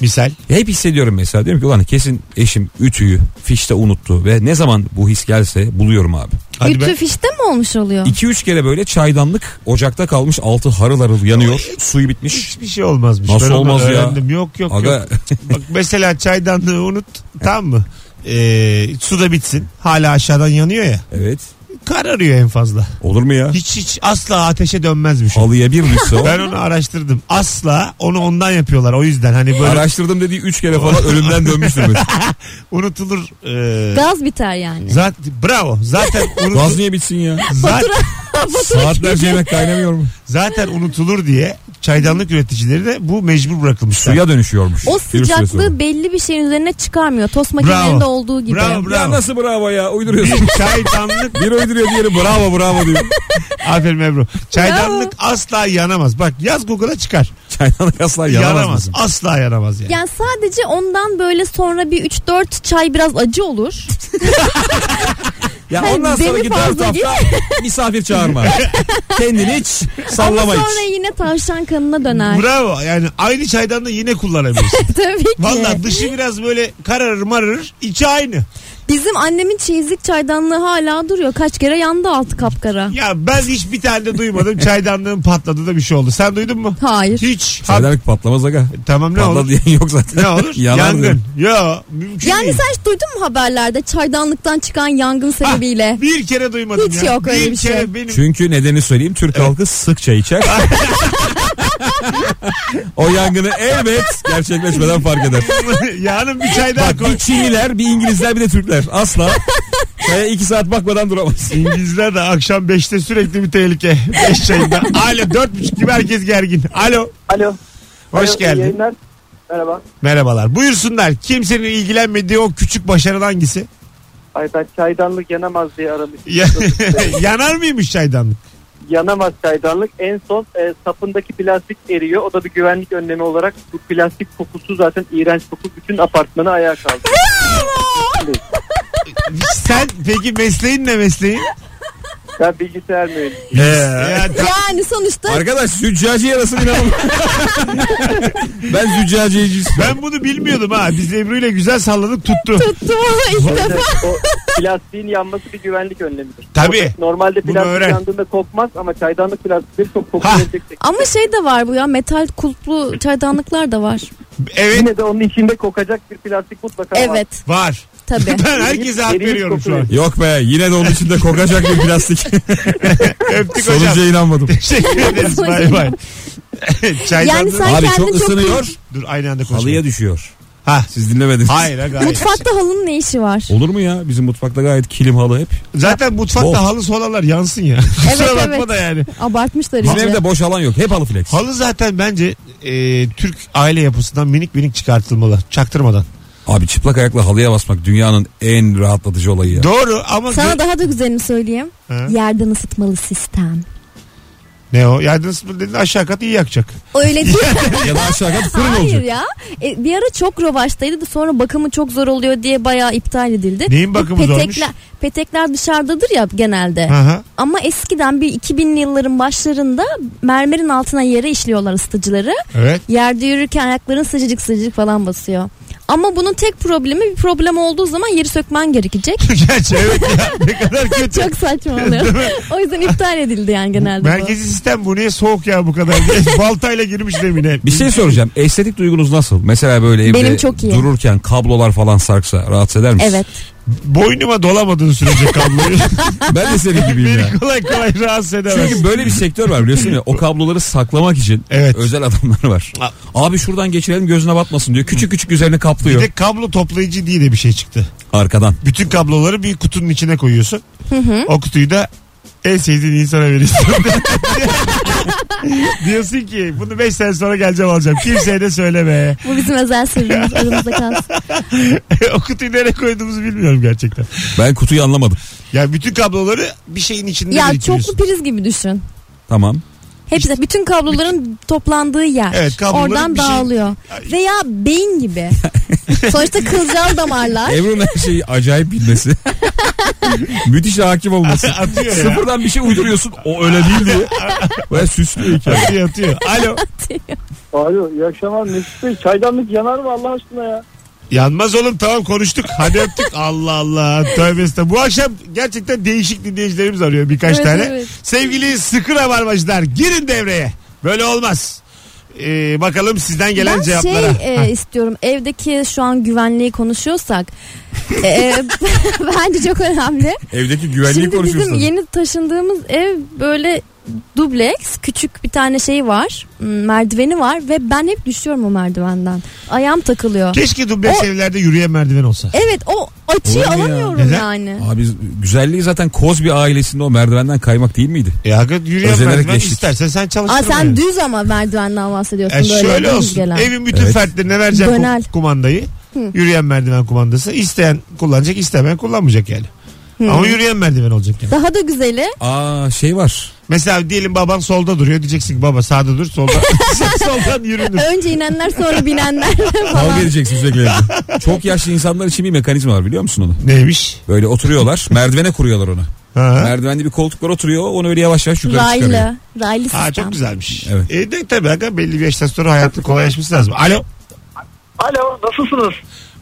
Misal.
Hep hissediyorum mesela diyorum ki ulan kesin eşim ütüyü fişte unuttu ve ne zaman bu his gelse buluyorum abi.
Hadi
Ütü
be.
fişte mi olmuş oluyor?
2-3 kere böyle çaydanlık ocakta kalmış altı harıl harıl yanıyor suyu bitmiş.
Hiçbir şey olmazmış.
Nasıl
onu
olmaz ya?
öğrendim. Yok yok yok.
Aga
Bak mesela çaydanlığı unut. tamam mı? Ee, su da bitsin. Hala aşağıdan yanıyor ya.
evet
Kararıyor en fazla.
olur mu ya?
Hiç hiç asla ateşe dönmezmiş. o.
Halıya bir düşse o.
Ben onu araştırdım. Asla onu ondan yapıyorlar. O yüzden hani böyle
Araştırdım dediği 3 kere falan ölümden dönmüştür. mesela.
unutulur. Ee,
Gaz biter yani.
zaten, bravo. Zaten
Gaz
unutulur.
niye bitsin ya?
zaten,
Saatlerce yemek kaynamıyor mu?
zaten unutulur diye çaydanlık üreticileri de bu mecbur bırakılmış.
Suya dönüşüyormuş.
O
bir süre sonra.
sıcaklığı belli bir şeyin üzerine çıkarmıyor. Tost
Bravo.
makinelerinde olduğu gibi.
Bravo, bravo.
Ya nasıl bravo ya uyduruyorsun.
Bir çaydanlık
bir uyduruyor diğeri bravo bravo diyor.
aferin Ebru. Çaydanlık asla yanamaz. Bak yaz Google'a çıkar.
Çaydanlık asla
Yanamaz.
yaramaz. mısın?
Asla yanamaz yani.
Yani sadece ondan böyle sonra bir 3-4 çay biraz acı olur.
Ya
Hayır,
ondan
demi
sonraki
fazla
dört hafta misafir çağırma. Kendini hiç sallama
Ama
hiç.
sonra yine tavşan kanına döner.
Bravo. Yani aynı çaydanlığı yine kullanabilirsin.
Tabii ki.
Valla dışı biraz böyle kararır mararır. içi aynı.
Bizim annemin çeyizlik çaydanlığı hala duruyor. Kaç kere yandı altı kapkara.
Ya ben hiç bir tane de duymadım. Çaydanlığın patladı da bir şey oldu. Sen duydun mu?
Hayır.
Hiç. Ha-
Çaydanlık patlamaz aga.
tamam ne
Patla
olur?
diyen yok zaten.
Ne olur?
Yanar
Yangın.
derim.
Ya mümkün
Yani
değil.
sen hiç duydun mu haberlerde çaydanlıktan çıkan yangın
Ah,
sebebiyle?
bir kere duymadım
Hiç
ya.
yok öyle bir şey.
kere benim
Çünkü nedeni söyleyeyim Türk halkı sıkça içer. o yangını elbet gerçekleşmeden fark eder.
Yarın bir çay daha
Bak
koy.
bir Çinliler, bir İngilizler, bir de Türkler. Asla. Çaya iki saat bakmadan duramaz.
İngilizler de akşam 5'te sürekli bir tehlike. 5 çayında. Alo 4.30 gibi herkes gergin. Alo.
Alo.
Hoş
Alo, iyi
geldin.
yayınlar. Merhaba.
Merhabalar. Buyursunlar. Kimsenin ilgilenmediği o küçük başarılı hangisi?
Ay ben çaydanlık yanamaz diye aramıştım.
Ya- Yanar mıymış çaydanlık?
yanamaz çaydanlık. En son e, sapındaki plastik eriyor. O da bir güvenlik önlemi olarak bu plastik kokusu zaten iğrenç koku. Bütün apartmanı ayağa kaldı.
Sen peki mesleğin ne mesleğin?
ben bilgisayar mühendisiyim.
Ya ta-
Yani sonuçta
Arkadaş züccaci yarası inanın. ben züccaciyeciyim.
ben bunu bilmiyordum ha. Biz Ebru ile güzel salladık tuttu.
tuttum ama ilk defa.
O Plastiğin yanması bir güvenlik önlemidir.
Tabii.
Normalde
Bunu
plastik
öğren.
yandığında kokmaz ama çaydanlık plastikleri çok
Ha.
kokuyor.
Ama şey de var bu ya metal kulplu çaydanlıklar da var.
Evet
Yine de onun içinde kokacak bir plastik mutlaka var.
Evet
var.
tabii.
Ben herkese hak
Derin- derin
veriyorum şu an.
Yok be yine de onun içinde kokacak bir plastik.
Öptük hocam.
Sonuca inanmadım.
Teşekkür ederiz. Bay bay.
Yani
Çaydanlığı-
sen
Abi
kendini
çok ısınıyor.
Dur aynı anda konuşalım.
Halıya düşüyor.
Ha.
Siz dinlemediniz.
Hayır ha gayet.
Mutfakta halının ne işi var?
Olur mu ya? Bizim mutfakta gayet kilim halı hep.
Zaten mutfakta
Bol.
halı solanlar yansın ya. Kusura
Evet,
bakma
evet.
da yani.
Abartmışlar
Bizim
iyice.
evde boş alan yok. Hep halı flex.
Halı zaten bence e, Türk aile yapısından minik minik çıkartılmalı. Çaktırmadan.
Abi çıplak ayakla halıya basmak dünyanın en rahatlatıcı olayı ya.
Doğru ama
Sana daha da güzelini söyleyeyim.
Ha?
Yerden ısıtmalı sistem.
ne o? Yardım sıfır dedin aşağı kat iyi yakacak.
Öyle değil.
ya da aşağı kat fırın
Hayır
olacak.
ya. E, bir ara çok revaçtaydı da sonra bakımı çok zor oluyor diye bayağı iptal edildi.
Neyin
Bu
bakımı zormuş?
Petekler dışarıdadır ya genelde.
Aha.
Ama eskiden bir 2000'li yılların başlarında mermerin altına yere işliyorlar ısıtıcıları.
Evet.
Yerde yürürken ayakların sıcacık sıcacık falan basıyor. Ama bunun tek problemi bir problem olduğu zaman yeri sökmen gerekecek.
Gerçi evet ya. Ne kadar kötü.
Çok saçma oluyor. o yüzden iptal edildi yani genelde
Merkezi sistem bu niye soğuk ya bu kadar diye baltayla girmiş demine.
Bir şey soracağım. Estetik duygunuz nasıl? Mesela böyle evde
Benim çok iyi.
dururken kablolar falan sarksa rahatsız eder
bu.
misin?
Evet.
Boynuma dolamadığın sürece kabloyu
Ben de senin gibiyim ya.
beni kolay kolay rahatsız edemez.
Çünkü böyle bir sektör var biliyorsun ya. O kabloları saklamak için
Evet.
özel adamlar var.
A-
Abi şuradan geçirelim gözüne batmasın diyor. Küçük küçük üzerine
Bir
kaplıyor.
de kablo toplayıcı diye de bir şey çıktı.
Arkadan.
Bütün kabloları bir kutunun içine koyuyorsun. O kutuyu da en sevdiğin insana veriyorsun. Diyorsun ki bunu 5 sene sonra geleceğim alacağım. Kimseye de söyleme.
Bu bizim özel sırrımız aramızda kalsın.
o kutuyu nereye koyduğumuzu bilmiyorum gerçekten.
Ben kutuyu anlamadım.
Ya bütün kabloları bir şeyin içinde
ya
biriktiriyorsun.
çoklu priz gibi düşün.
Tamam.
Hepsi bütün kabloların toplandığı yer.
Evet, kabloların
Oradan
bir şey-
dağılıyor.
Ay.
Veya beyin gibi. Sonuçta kılcal damarlar.
Ebru'nun her şeyi acayip bilmesi. Müthiş hakim olması.
Atıyor ya.
Sıfırdan bir şey uyduruyorsun. O öyle değil diye. Baya süslü hikaye.
Atıyor atıyor. Alo.
Alo iyi akşamlar Mesut Bey. Çaydanlık yanar mı Allah aşkına ya?
Yanmaz oğlum tamam konuştuk. Hadi öptük. Allah Allah. Tövbe estağfurullah. Bu akşam gerçekten değişik dinleyicilerimiz arıyor birkaç
Evet,
tane.
evet.
Sevgili sıkı rabarbacılar girin devreye. Böyle olmaz. Ee, bakalım sizden gelen
ben
cevaplara.
şey e, istiyorum evdeki şu an güvenliği konuşuyorsak e, bence çok önemli.
Evdeki güvenliği
Şimdi
konuşuyorsun.
bizim yeni taşındığımız ev böyle dubleks küçük bir tane şey var m, merdiveni var ve ben hep düşüyorum o merdivenden ayağım takılıyor.
Keşke dubleks
O- E,
evlerde yürüyen merdiven olsa.
Evet o açıyı
Olabilir ya.
alamıyorum
Neden?
yani.
Abi güzelliği zaten Kozbi ailesinde o merdivenden kaymak değil miydi?
E hakikaten yürüyen
Özenerek
merdiven
geçtik.
istersen sen çalıştırma.
Aa, sen
yani.
düz ama merdivenden bahsediyorsun
E
böyle
şöyle
düz
olsun.
gelen.
Evin bütün
Evet.
fertlerine vereceğim
Dönel.
kum- kumandayı.
Hı.
Yürüyen merdiven kumandası. İsteyen kullanacak, istemeyen kullanmayacak yani.
Hı.
Ama yürüyen merdiven olacak yani.
Daha da güzeli
Aa şey var.
Mesela diyelim baban solda duruyor. Diyeceksin ki baba sağda dur, solda. soldan yürünür.
önce inenler sonra binenler
Kavga
falan.
edeceksin sürekli. evde. Çok yaşlı insanlar için bir mekanizma var biliyor musun onu?
Neymiş?
Böyle oturuyorlar. merdivene kuruyorlar onu.
Ha.
Merdivende bir koltuk var oturuyor. Onu böyle yavaş yavaş yukarı çıkarıyor.
Raylı. Raylı sistem.
Ha çok güzelmiş.
Evet.
E de tabii aga belli bir yaştan sonra hayatın kolaylaşması lazım. Alo.
Alo nasılsınız?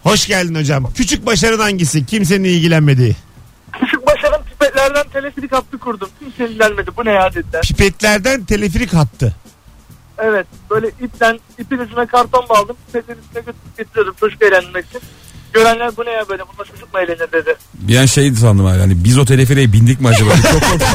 Hoş geldin hocam. Küçük başarın hangisi? Kimsenin ilgilenmediği.
Küçük başarım pipetlerden telefilik hattı kurdum. Kimse ilgilenmedi bu ne ya dediler.
Pipetlerden teleferik hattı.
Evet böyle ipten ipin ucuna karton bağladım. Pipetlerin üstüne götürüp getiriyordum çocuk eğlenmek için. Görenler bu ne ya böyle bununla çocuk mu eğlenir dedi.
Bir an şeydi sandım abi. Hani biz o telefereye bindik mi acaba? Çok korktum.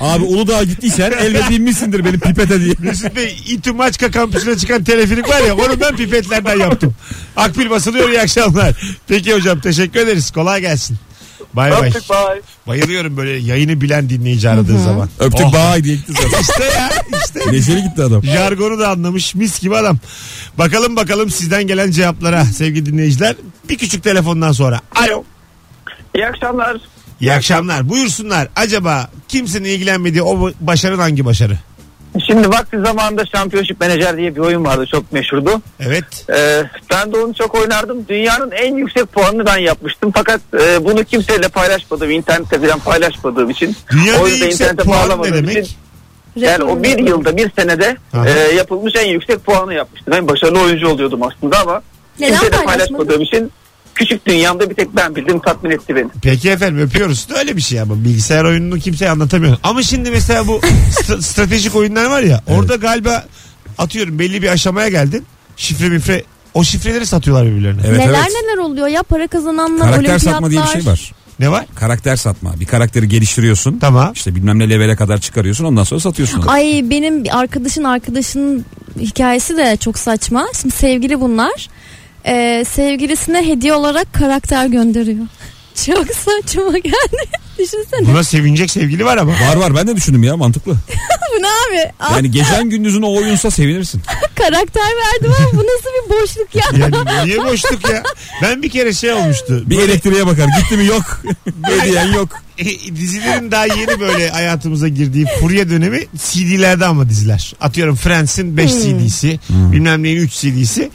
abi Uludağ'a gittiysen elbet binmişsindir benim pipete diye.
Mesut Bey İtumaçka kampüsüne çıkan teleferik var ya onu ben pipetlerden yaptım. Akbil basılıyor iyi akşamlar. Peki hocam teşekkür ederiz. Kolay gelsin. Bay bay.
Öptük bye.
Bayılıyorum böyle yayını bilen dinleyici aradığı zaman.
Öptük
Oh.
bay diye gitti zaten.
İşte ya işte.
Neşeli gitti adam.
Jargonu da anlamış mis gibi adam. Bakalım bakalım sizden gelen cevaplara sevgili dinleyiciler. Bir küçük telefondan sonra. Alo.
İyi akşamlar.
İyi akşamlar. Buyursunlar. Acaba kimsenin ilgilenmediği o başarı hangi başarı?
Şimdi vakti zamanında Championship Manager diye bir oyun vardı çok meşhurdu.
Evet.
Ee, ben de onu çok oynardım. Dünyanın en yüksek puanını ben yapmıştım. Fakat e, bunu kimseyle paylaşmadım. İnternette falan paylaşmadığım için.
Dünyada
O
en
yüzden
yüksek
internete
puan ne
bağlamadığım
demek?
için. Yani o bir yılda bir senede
Aha.
e, yapılmış en yüksek puanı yapmıştım. Ben başarılı oyuncu oluyordum aslında ama
Neden
kimseyle
paylaşmadın?
paylaşmadığım için küçük dünyamda bir tek ben bildim tatmin etti beni.
Peki efendim öpüyoruz. Öyle bir şey ama bilgisayar oyununu kimseye anlatamıyor. Ama şimdi mesela bu stra- stratejik oyunlar var ya. Orada galiba atıyorum belli bir aşamaya geldin. Şifre mifre o şifreleri satıyorlar birbirlerine.
Evet,
neler
evet.
neler oluyor ya para kazananlar
Karakter
olimpiyatlar.
satma diye bir şey var.
Ne var?
Karakter satma. Bir karakteri geliştiriyorsun.
Tamam.
İşte bilmem ne levele kadar çıkarıyorsun ondan sonra satıyorsun onu.
Ay benim bir arkadaşın arkadaşının hikayesi de çok saçma. Şimdi sevgili bunlar. Ee, sevgilisine hediye olarak karakter gönderiyor. Çok saçma geldi. Düşünsene
Buna sevinecek sevgili var ama.
Var var ben de düşündüm ya mantıklı.
bu ne abi? Al
Yani gecen gündüzün o oyunsa sevinirsin.
karakter verdim ama bu nasıl bir boşluk ya?
Yani niye boşluk ya? Ben bir kere şey olmuştu.
Bir elektriğe bakar gitti mi yok. Ödeyen yok.
E, dizilerin daha yeni böyle hayatımıza girdiği furya dönemi CD'lerde ama diziler. Atıyorum Friends'in 5 CD'si, bilmem neyin 3 CD'si.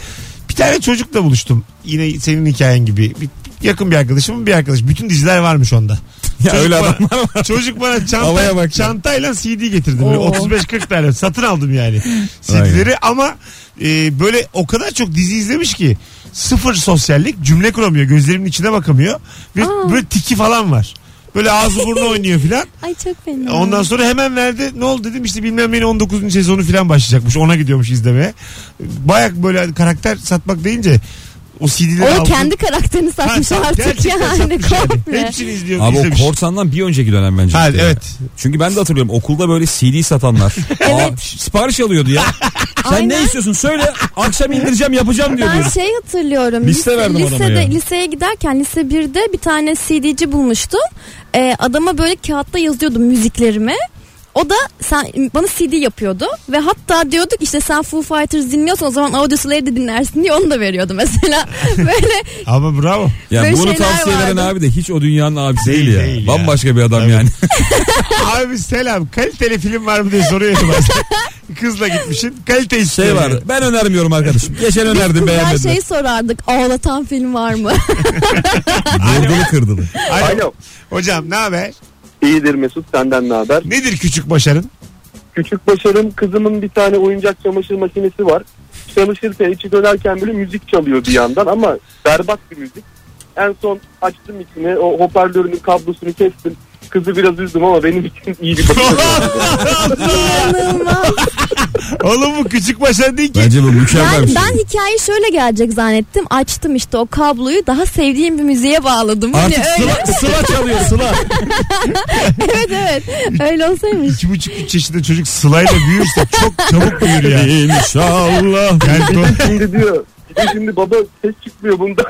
Bir tane çocukla buluştum. Yine senin hikayen gibi. Bir- yakın bir arkadaşımın bir arkadaş. Bütün diziler varmış onda.
Ya öyle
bana-
adamlar var.
Çocuk bana
Havaya
çanta,
bak ya.
çantayla CD getirdi. Böyle
Oo.
35-40 tane satın aldım yani CD'leri ama e, böyle o kadar çok dizi izlemiş ki sıfır sosyallik cümle kuramıyor gözlerimin içine bakamıyor ve
Aa.
böyle tiki falan var. Böyle ağzı burnu oynuyor filan.
Ay çok fena.
Ondan sonra hemen verdi. Ne oldu dedim işte bilmem ne 19. sezonu filan başlayacakmış. Ona gidiyormuş izlemeye. Baya böyle hani karakter satmak deyince o CD'leri
o kendi karakterini satmış artık
gerçekten
yani
satmış yani.
komple.
Hepsini izliyor,
Abi o
izlemiş.
korsandan bir şey. önceki dönem bence.
Ha,
gitti ya.
evet.
Çünkü ben de hatırlıyorum okulda böyle CD satanlar. Aa, sipariş alıyordu ya. Sen ne
Aynen.
istiyorsun söyle akşam indireceğim yapacağım diyor.
Ben
diyordu.
şey hatırlıyorum.
Liste verdim adama
lisede,
ya.
Liseye giderken lise 1'de bir tane CD'ci bulmuştum. Ee, adama böyle kağıtta yazıyordum müziklerimi. O da sen bana CD yapıyordu ve hatta diyorduk işte sen Foo Fighters dinliyorsan o zaman Audio Slave de dinlersin diye onu da veriyordu mesela. böyle
Ama bravo.
Ya
Böyle
bunu
şeyler
tavsiye veren
vardı.
abi de hiç o dünyanın abisi
Değil,
değil, ya.
değil ya.
Bambaşka bir adam
Tabii.
yani.
Abi selam kaliteli film var mı diye soruyor ya bazen. Kızla gitmişsin kalite istiyor.
Şey var
yani.
ben önermiyorum arkadaşım. Geçen önerdim
kızlar
beğenmedim.
şey sorardık ağlatan film var mı?
Vurdulu kırdılı.
Alo.
Alo.
Hocam ne haber?
İyidir Mesut senden ne haber?
Nedir küçük başarın?
Küçük başarım kızımın bir tane oyuncak çamaşır makinesi var. Çalışırken içi dönerken böyle müzik çalıyor bir yandan ama berbat bir müzik. En son açtım içine o hoparlörünün kablosunu kestim. Kızı biraz üzdüm ama benim için iyi bir başarı.
İnanılmaz.
Oğlum bu küçük başarı değil ki.
Bence bu mükemmel
Ben,
bir şey.
ben hikaye şöyle gelecek zannettim. Açtım işte o kabloyu daha sevdiğim bir müziğe bağladım. Hani
Artık
öyle,
sıla, sıla çalıyor sıla.
evet evet. Öyle olsaymış.
İki buçuk üç yaşında çocuk sırayla büyürse çok çabuk büyür ya.
İnşallah.
Yani do-
şimdi diyor. bir de Şimdi baba ses çıkmıyor bunda.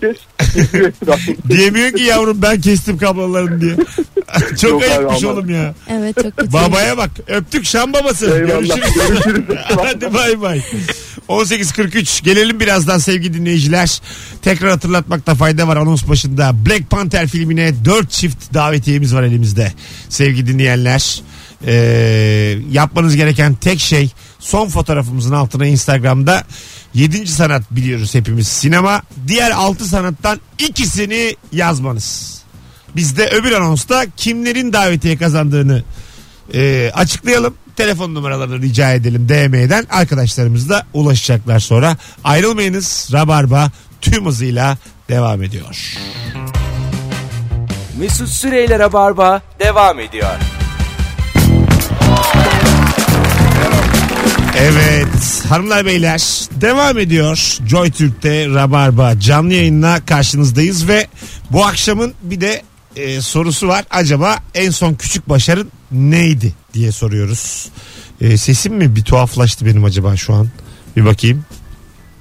diye yapıyor etrafında.
diyemiyor ki yavrum ben kestim kablolarını diye. çok
Yok abi,
ayıpmış
aman.
oğlum ya.
Evet çok kötü.
Babaya bak öptük Şam babası. Görüşürüz.
Eyvallah. Görüşürüz.
Hadi bay bay. 18.43 gelelim birazdan sevgili dinleyiciler. Tekrar hatırlatmakta fayda var anons başında. Black Panther filmine 4 çift davetiyemiz var elimizde. Sevgili dinleyenler ee, yapmanız gereken tek şey son fotoğrafımızın altına Instagram'da 7. sanat biliyoruz hepimiz sinema. Diğer 6 sanattan ikisini yazmanız. Biz de öbür anonsta kimlerin davetiye kazandığını e, açıklayalım. Telefon numaralarını rica edelim DM'den. Arkadaşlarımız da ulaşacaklar sonra. Ayrılmayınız. Rabarba tüm hızıyla devam ediyor.
Mesut Süreyler'e barba devam ediyor.
Evet hanımlar beyler devam ediyor. Joy Türk'te Rabarba canlı yayınla karşınızdayız ve bu akşamın bir de e, sorusu var. Acaba en son küçük başarın neydi diye soruyoruz. E, sesim mi bir tuhaflaştı benim acaba şu an? Bir bakayım.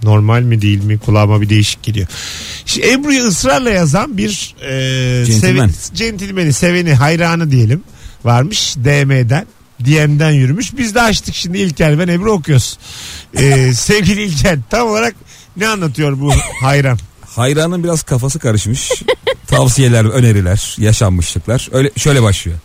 Normal mi değil mi? Kulağıma bir değişik geliyor. Şimdi Ebru'yu ısrarla yazan bir e,
Centilmen.
seven- centilmeni, seveni, hayranı diyelim varmış DM'den. DM'den yürümüş. Biz de açtık şimdi İlker ben Ebru okuyoruz. E, sevgili İlker tam olarak ne anlatıyor bu hayran?
Hayranın biraz kafası karışmış. Tavsiyeler, öneriler, yaşanmışlıklar. Öyle şöyle başlıyor.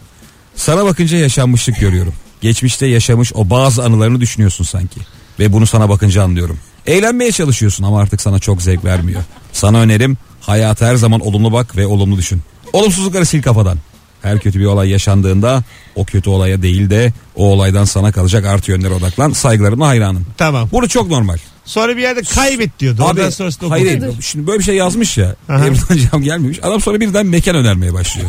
Sana bakınca yaşanmışlık görüyorum. Geçmişte yaşamış o bazı anılarını düşünüyorsun sanki. Ve bunu sana bakınca anlıyorum. Eğlenmeye çalışıyorsun ama artık sana çok zevk vermiyor. Sana önerim hayata her zaman olumlu bak ve olumlu düşün. Olumsuzlukları sil kafadan. Her kötü bir olay yaşandığında o kötü olaya değil de o olaydan sana kalacak artı yönlere odaklan. Saygılarımla hayranım.
Tamam.
Bunu çok normal.
Sonra bir yerde kaybet diyordu.
Abi,
Ondan sonrasında okudum.
hayır, hayır. şimdi böyle bir şey yazmış ya.
Aha.
Emrah Can gelmemiş. Adam sonra birden mekan önermeye başlıyor.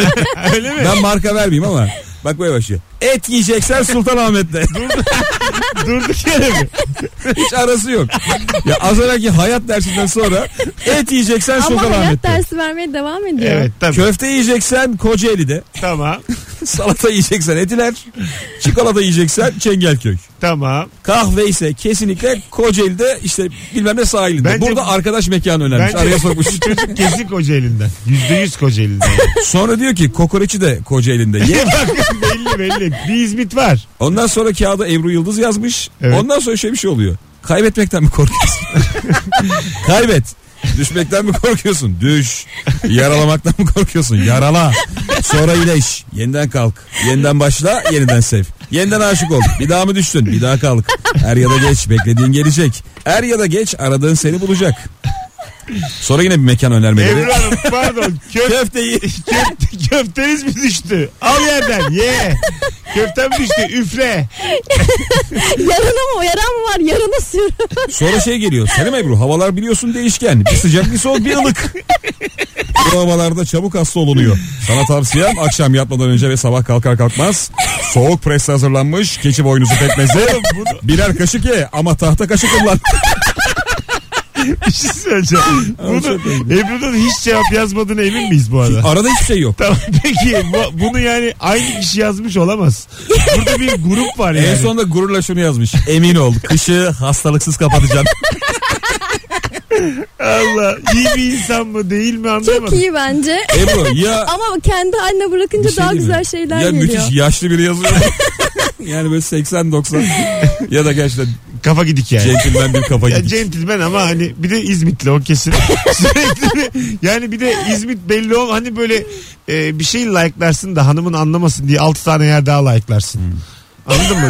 Öyle mi?
ben marka vermeyeyim ama. Bak böyle başlıyor. Et yiyeceksen Sultanahmet'te.
Durduk yere mi?
Hiç arası yok. Ya az önceki hayat dersinden sonra et yiyeceksen
Ama hayat
Sultanahmet'te.
dersi vermeye devam ediyor.
Evet tabii.
Köfte yiyeceksen Kocaeli'de.
Tamam.
Salata yiyeceksen Etiler. Çikolata yiyeceksen Çengelköy.
Tamam.
Kahve ise kesinlikle Kocaeli'de işte bilmem ne sahilinde.
Bence-
Burada arkadaş mekanı önermiş.
Bence-
Araya sokmuş.
Çocuk kesin koca elinden. Yüzde yüz koca elinden.
Sonra diyor ki kokoreçi de Kocaeli'nde. Ye.
Bakın belli belli. Bir hizmet var.
Ondan sonra kağıda Ebru Yıldız yazmış.
Evet.
Ondan sonra şöyle bir şey oluyor. Kaybetmekten mi korkuyorsun? Kaybet. Düşmekten mi korkuyorsun? Düş. Yaralamaktan mı korkuyorsun? Yarala. Sonra iyileş. Yeniden kalk. Yeniden başla. Yeniden sev. Yeniden aşık ol. Bir daha mı düştün? Bir daha kalk. Er ya da geç. Beklediğin gelecek. Er ya da geç. Aradığın seni bulacak. Sonra yine bir mekan önermeleri.
Ebru Hanım pardon. Köfte,
Köfteyi.
köfte, köfteniz mi düştü? Al yerden ye. Köften mi düştü? Üfle.
Yarına mı? Yaran mı var? Yarına sürüyorum.
Sonra şey geliyor. Selim Ebru havalar biliyorsun değişken. Bir sıcak bir soğuk bir ılık. Bu havalarda çabuk hasta olunuyor. Sana tavsiyem akşam yatmadan önce ve sabah kalkar kalkmaz soğuk presle hazırlanmış keçi boynuzu pekmezi birer kaşık ye ama tahta kaşık kullan.
Bir şey söyleyeceğim. Bunu, Ebru'nun hiç cevap yazmadığına emin miyiz bu arada?
Arada hiçbir şey yok.
Tamam peki bu- bunu yani aynı kişi yazmış olamaz. Burada bir grup var yani.
En sonunda gururla şunu yazmış. Emin ol kışı hastalıksız kapatacağım.
Allah iyi bir insan mı değil mi
Çok
anlamadım.
iyi bence.
Ebru ya
Ama kendi haline bırakınca
Bir şey
daha
değil mi?
güzel şeyler
ya
geliyor.
müthiş yaşlı biri yazıyor. yani böyle 80-90 ya da gerçekten
Kafa gidik yani.
centilmen bir kafa
Ya
gibi.
centilmen ama hani bir de İzmitli o kesin. Sürekli bir- yani bir de İzmit belli ol hani böyle e, bir şey like'larsın da hanımın anlamasın diye 6 tane yer daha like'larsın. Anladın mı?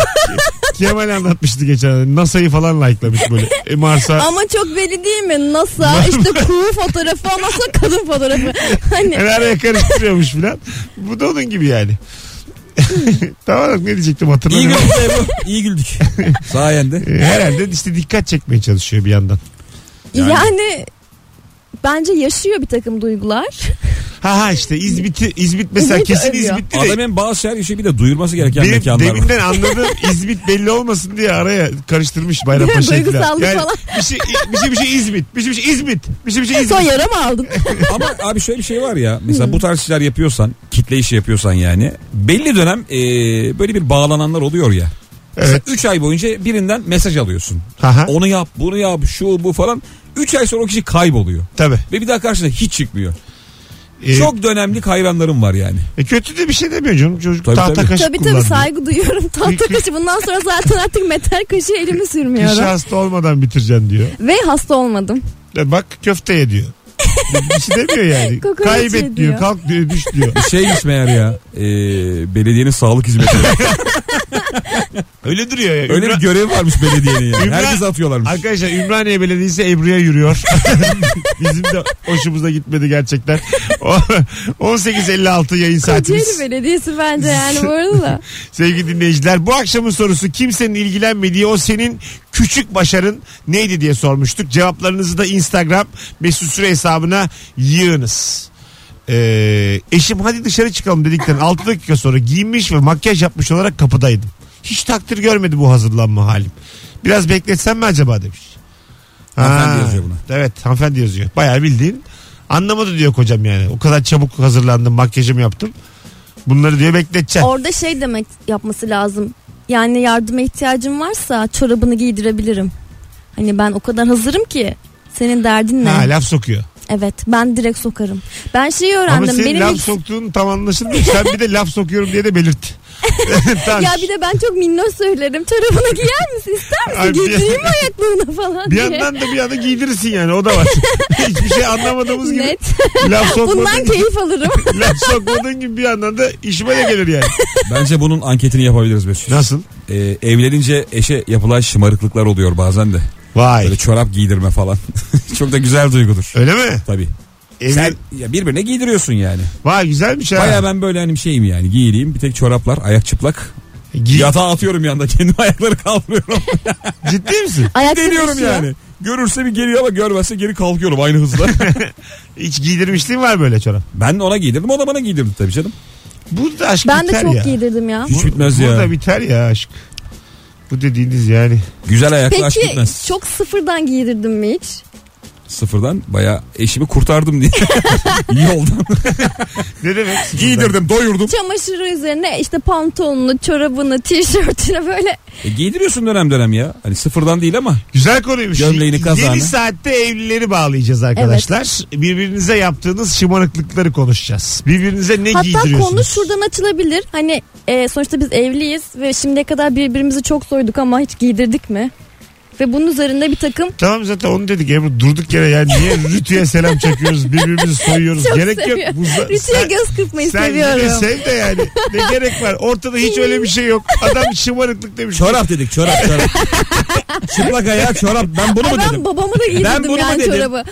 Kemal anlatmıştı geçen. NASA'yı falan like'lamış böyle. E, Mars'a.
Ama çok belli değil mi? NASA işte kuğu fotoğrafı ama NASA kadın fotoğrafı. Hani
El araya E, karıştırıyormuş filan. Bu da onun gibi yani. tamam ne diyecektim
İyi
hatırlamıyorum.
güldük Ebru. İyi güldük. Sayende.
E, Herhalde işte dikkat çekmeye çalışıyor bir yandan.
Yani-
yani... bence yaşıyor bir takım duygular.
Ha ha işte İzmit'i İzmit mesela
İzmit
kesin
övüyor.
İzmit'ti de
Adam hem bazı şeyler yaşıyor bir de duyurması gereken
Benim
mekanlar var.
deminden anladığım İzmit belli olmasın diye araya karıştırmış Bayrampaşa'yı falan.
Duygusallık falan.
Bir şey, bir şey bir şey İzmit. Bir şey bir şey İzmit. Bir şey bir şey
Son
İzmit.
yara mı aldın?
Ama abi şöyle bir şey var ya. Mesela bu tarz şeyler yapıyorsan, kitle işi yapıyorsan yani. Belli dönem e, böyle bir bağlananlar oluyor ya. Mesela
Evet.
3 ay boyunca birinden mesaj alıyorsun.
Aha,
Onu yap, bunu yap, şu bu falan. 3 ay sonra o kişi kayboluyor.
tabii.
Ve bir daha karşına hiç çıkmıyor.
Ee,
Çok dönemli hayranlarım var yani.
e, kötü de bir şey demiyor canım. Çocuk
Tabii,
tahta
tabii.
kaşık
tabii tabii
kullandı.
saygı duyuyorum. Tahta kaşı bundan sonra zaten artık metal kaşı elimi
Kişi
sürmüyorum.
hasta olmadan bitireceksin diyor.
Ve hasta olmadım.
E, bak köfteye diyor. bir şey demiyor yani.
Kokoreç
Kaybet diyor.
yediyor.
Kalk diyor. Düş diyor.
Şeymiş şey meğer ya. e, belediyenin sağlık hizmetleri.
Öyle duruyor ya.
Öyle bir
Ümra-
görev varmış belediyenin yani.
Ümran-
Herkes atıyorlarmış.
Arkadaşlar Ümraniye Belediyesi Ebru'ya yürüyor. Bizim de hoşumuza gitmedi gerçekten. O- 18.56 yayın saatimiz.
Kocaeli Belediyesi bence yani bu arada da.
Sevgili dinleyiciler bu akşamın sorusu kimsenin ilgilenmediği o senin küçük başarın neydi diye sormuştuk. Cevaplarınızı da Instagram mesut süre hesabına yığınız. Ee, eşim hadi dışarı çıkalım dedikten 6 dakika sonra giyinmiş ve makyaj yapmış olarak kapıdaydım. Hiç takdir görmedi bu hazırlanma halim. Biraz bekletsem mi acaba demiş.
Hanımefendi yazıyor buna.
Evet hanımefendi yazıyor. Bayağı bildiğin anlamadı diyor kocam yani. O kadar çabuk hazırlandım makyajımı yaptım. Bunları diyor bekleteceğim.
Orada şey demek yapması lazım. Yani yardıma ihtiyacım varsa çorabını giydirebilirim. Hani ben o kadar hazırım ki. Senin derdin ne?
ha, laf sokuyor.
Evet ben direkt sokarım. Ben şeyi
Ama
öğrendim.
senin
Benim
laf
ilk-
soktuğun tam anlaşılmıyor. Sen bir de laf sokuyorum diye de belirt. Tamam.
Ya bir de ben çok minnoş söylerim. Çorabını giyer misin? İster
Ay, bir-
misin? Giydireyim mi ayaklarına falan
bir
diye.
yandan da bir anda giydirirsin yani o da var. Hiçbir şey anlamadığımız gibi
Net.
laf sokmadığın
Bundan
gibi,
keyif alırım.
laf sokmadığın gibi bir yandan da işime de gelir yani.
Bence bunun anketini yapabiliriz Mesut.
Nasıl?
Ee, evlenince eşe yapılan şımarıklıklar oluyor bazen de.
Vay.
Böyle çorap giydirme falan. Çok da güzel duygudur.
Öyle mi?
Tabii.
Evli...
Sen ya birbirine giydiriyorsun yani.
Vay güzelmiş ha.
Baya ben böyle hani şeyim yani giyileyim bir tek çoraplar ayak çıplak.
Gi-
Yatağa atıyorum yanda kendi ayakları kaldırıyorum.
Ciddi misin?
Ayak
Deniyorum
sıkışıyor.
yani. Görürse bir geliyor ama görmezse geri kalkıyorum aynı hızla.
Hiç giydirmişliğin var böyle çorap.
ben de ona giydirdim o da bana giydirdi tabii canım.
Bu da aşk
Ben
biter
de çok
ya.
giydirdim ya.
Hiç bitmez ya.
Bu da biter ya aşk. Bu dediğiniz yani.
Güzel ayakla aşk
Peki
bitmez.
çok sıfırdan giydirdim mi hiç?
Sıfırdan bayağı eşimi kurtardım diye. Yoldan.
Ne demek?
Giydirdim doyurdum.
Çamaşırı üzerine işte pantolonunu, çorabını, tişörtünü böyle
E, giydiriyorsun dönem dönem ya. Hani sıfırdan değil ama.
Güzel konuymuş.
Gömleğini, kazağını.
Yeni saatte evlileri bağlayacağız arkadaşlar. Birbirinize yaptığınız şımarıklıkları konuşacağız. Birbirinize ne
Hatta
giydiriyorsunuz?
konu şuradan açılabilir. Hani e, sonuçta biz evliyiz ve şimdiye kadar birbirimizi çok soyduk ama hiç giydirdik mi? Ve bunun üzerinde bir takım
Tamam zaten onu dedik Ebru durduk yere yani niye Rütü'ye selam çekiyoruz birbirimizi soyuyoruz
çok
gerek yok.
seviyorum.
Bu za-
Rütü'ye
sen-
göz kırpmayı
sen yine
seviyorum.
sev de yani ne gerek var ortada hiç öyle bir şey yok adam şımarıklık demiş.
Çorap dedik çorap çorap. Çıplak ayak çorap ben bunu
Ay
mu
ben
dedim?
babamı da
Ben
giydirdim
bunu mu
yani
dedim?
çorabı.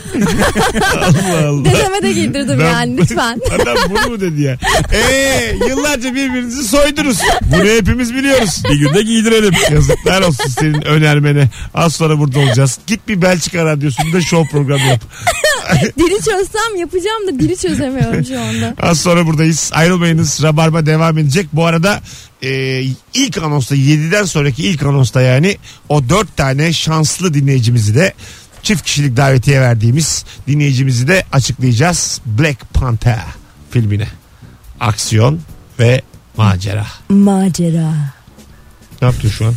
Allah Allah.
Dedeme de giydirdim
Ben-
yani lütfen.
Adam bunu mu dedi ya? Eee yıllarca birbirinizi soydunuz. Bunu hepimiz biliyoruz.
Bir günde giydirelim.
Yazıklar olsun senin önermene. Az sonra burada olacağız. Git bir Belçika radyosunda show programı yap.
Dili çözsem yapacağım da dili çözemiyorum şu anda.
Az sonra buradayız. Ayrılmayınız. Rabarba devam edecek. Bu arada e, ilk anonsta 7'den sonraki ilk anonsta yani o 4 tane şanslı dinleyicimizi de çift kişilik davetiye verdiğimiz dinleyicimizi de açıklayacağız. Black Panther filmine. Aksiyon ve macera.
Macera.
Ne yaptın şu an?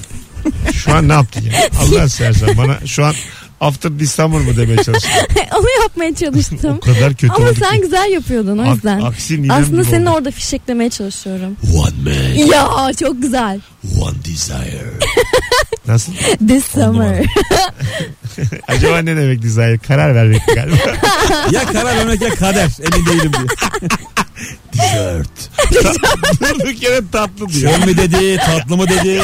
Şu an ne yaptın ya? Allah seversen bana şu an After December mı demeye çalıştın?
Onu yapmaya
O
çalıştım.
kadar kötü
Ama
oldu
sen
ki.
güzel yapıyordun o
Ak-
yüzden.
aksi Nilem
Aslında
gibi
seni
oldu.
orada fişeklemeye çalışıyorum.
One man,
Ya çok güzel.
one desire. Nasıl?
This summer.
Acaba ne demek desire? Karar vermek galiba.
Ya karar vermek ya kader emin değilim diye.
Dessert. Durduk yere tatlı diyor.
Şey- Şön mü dedi tatlı mı dedi.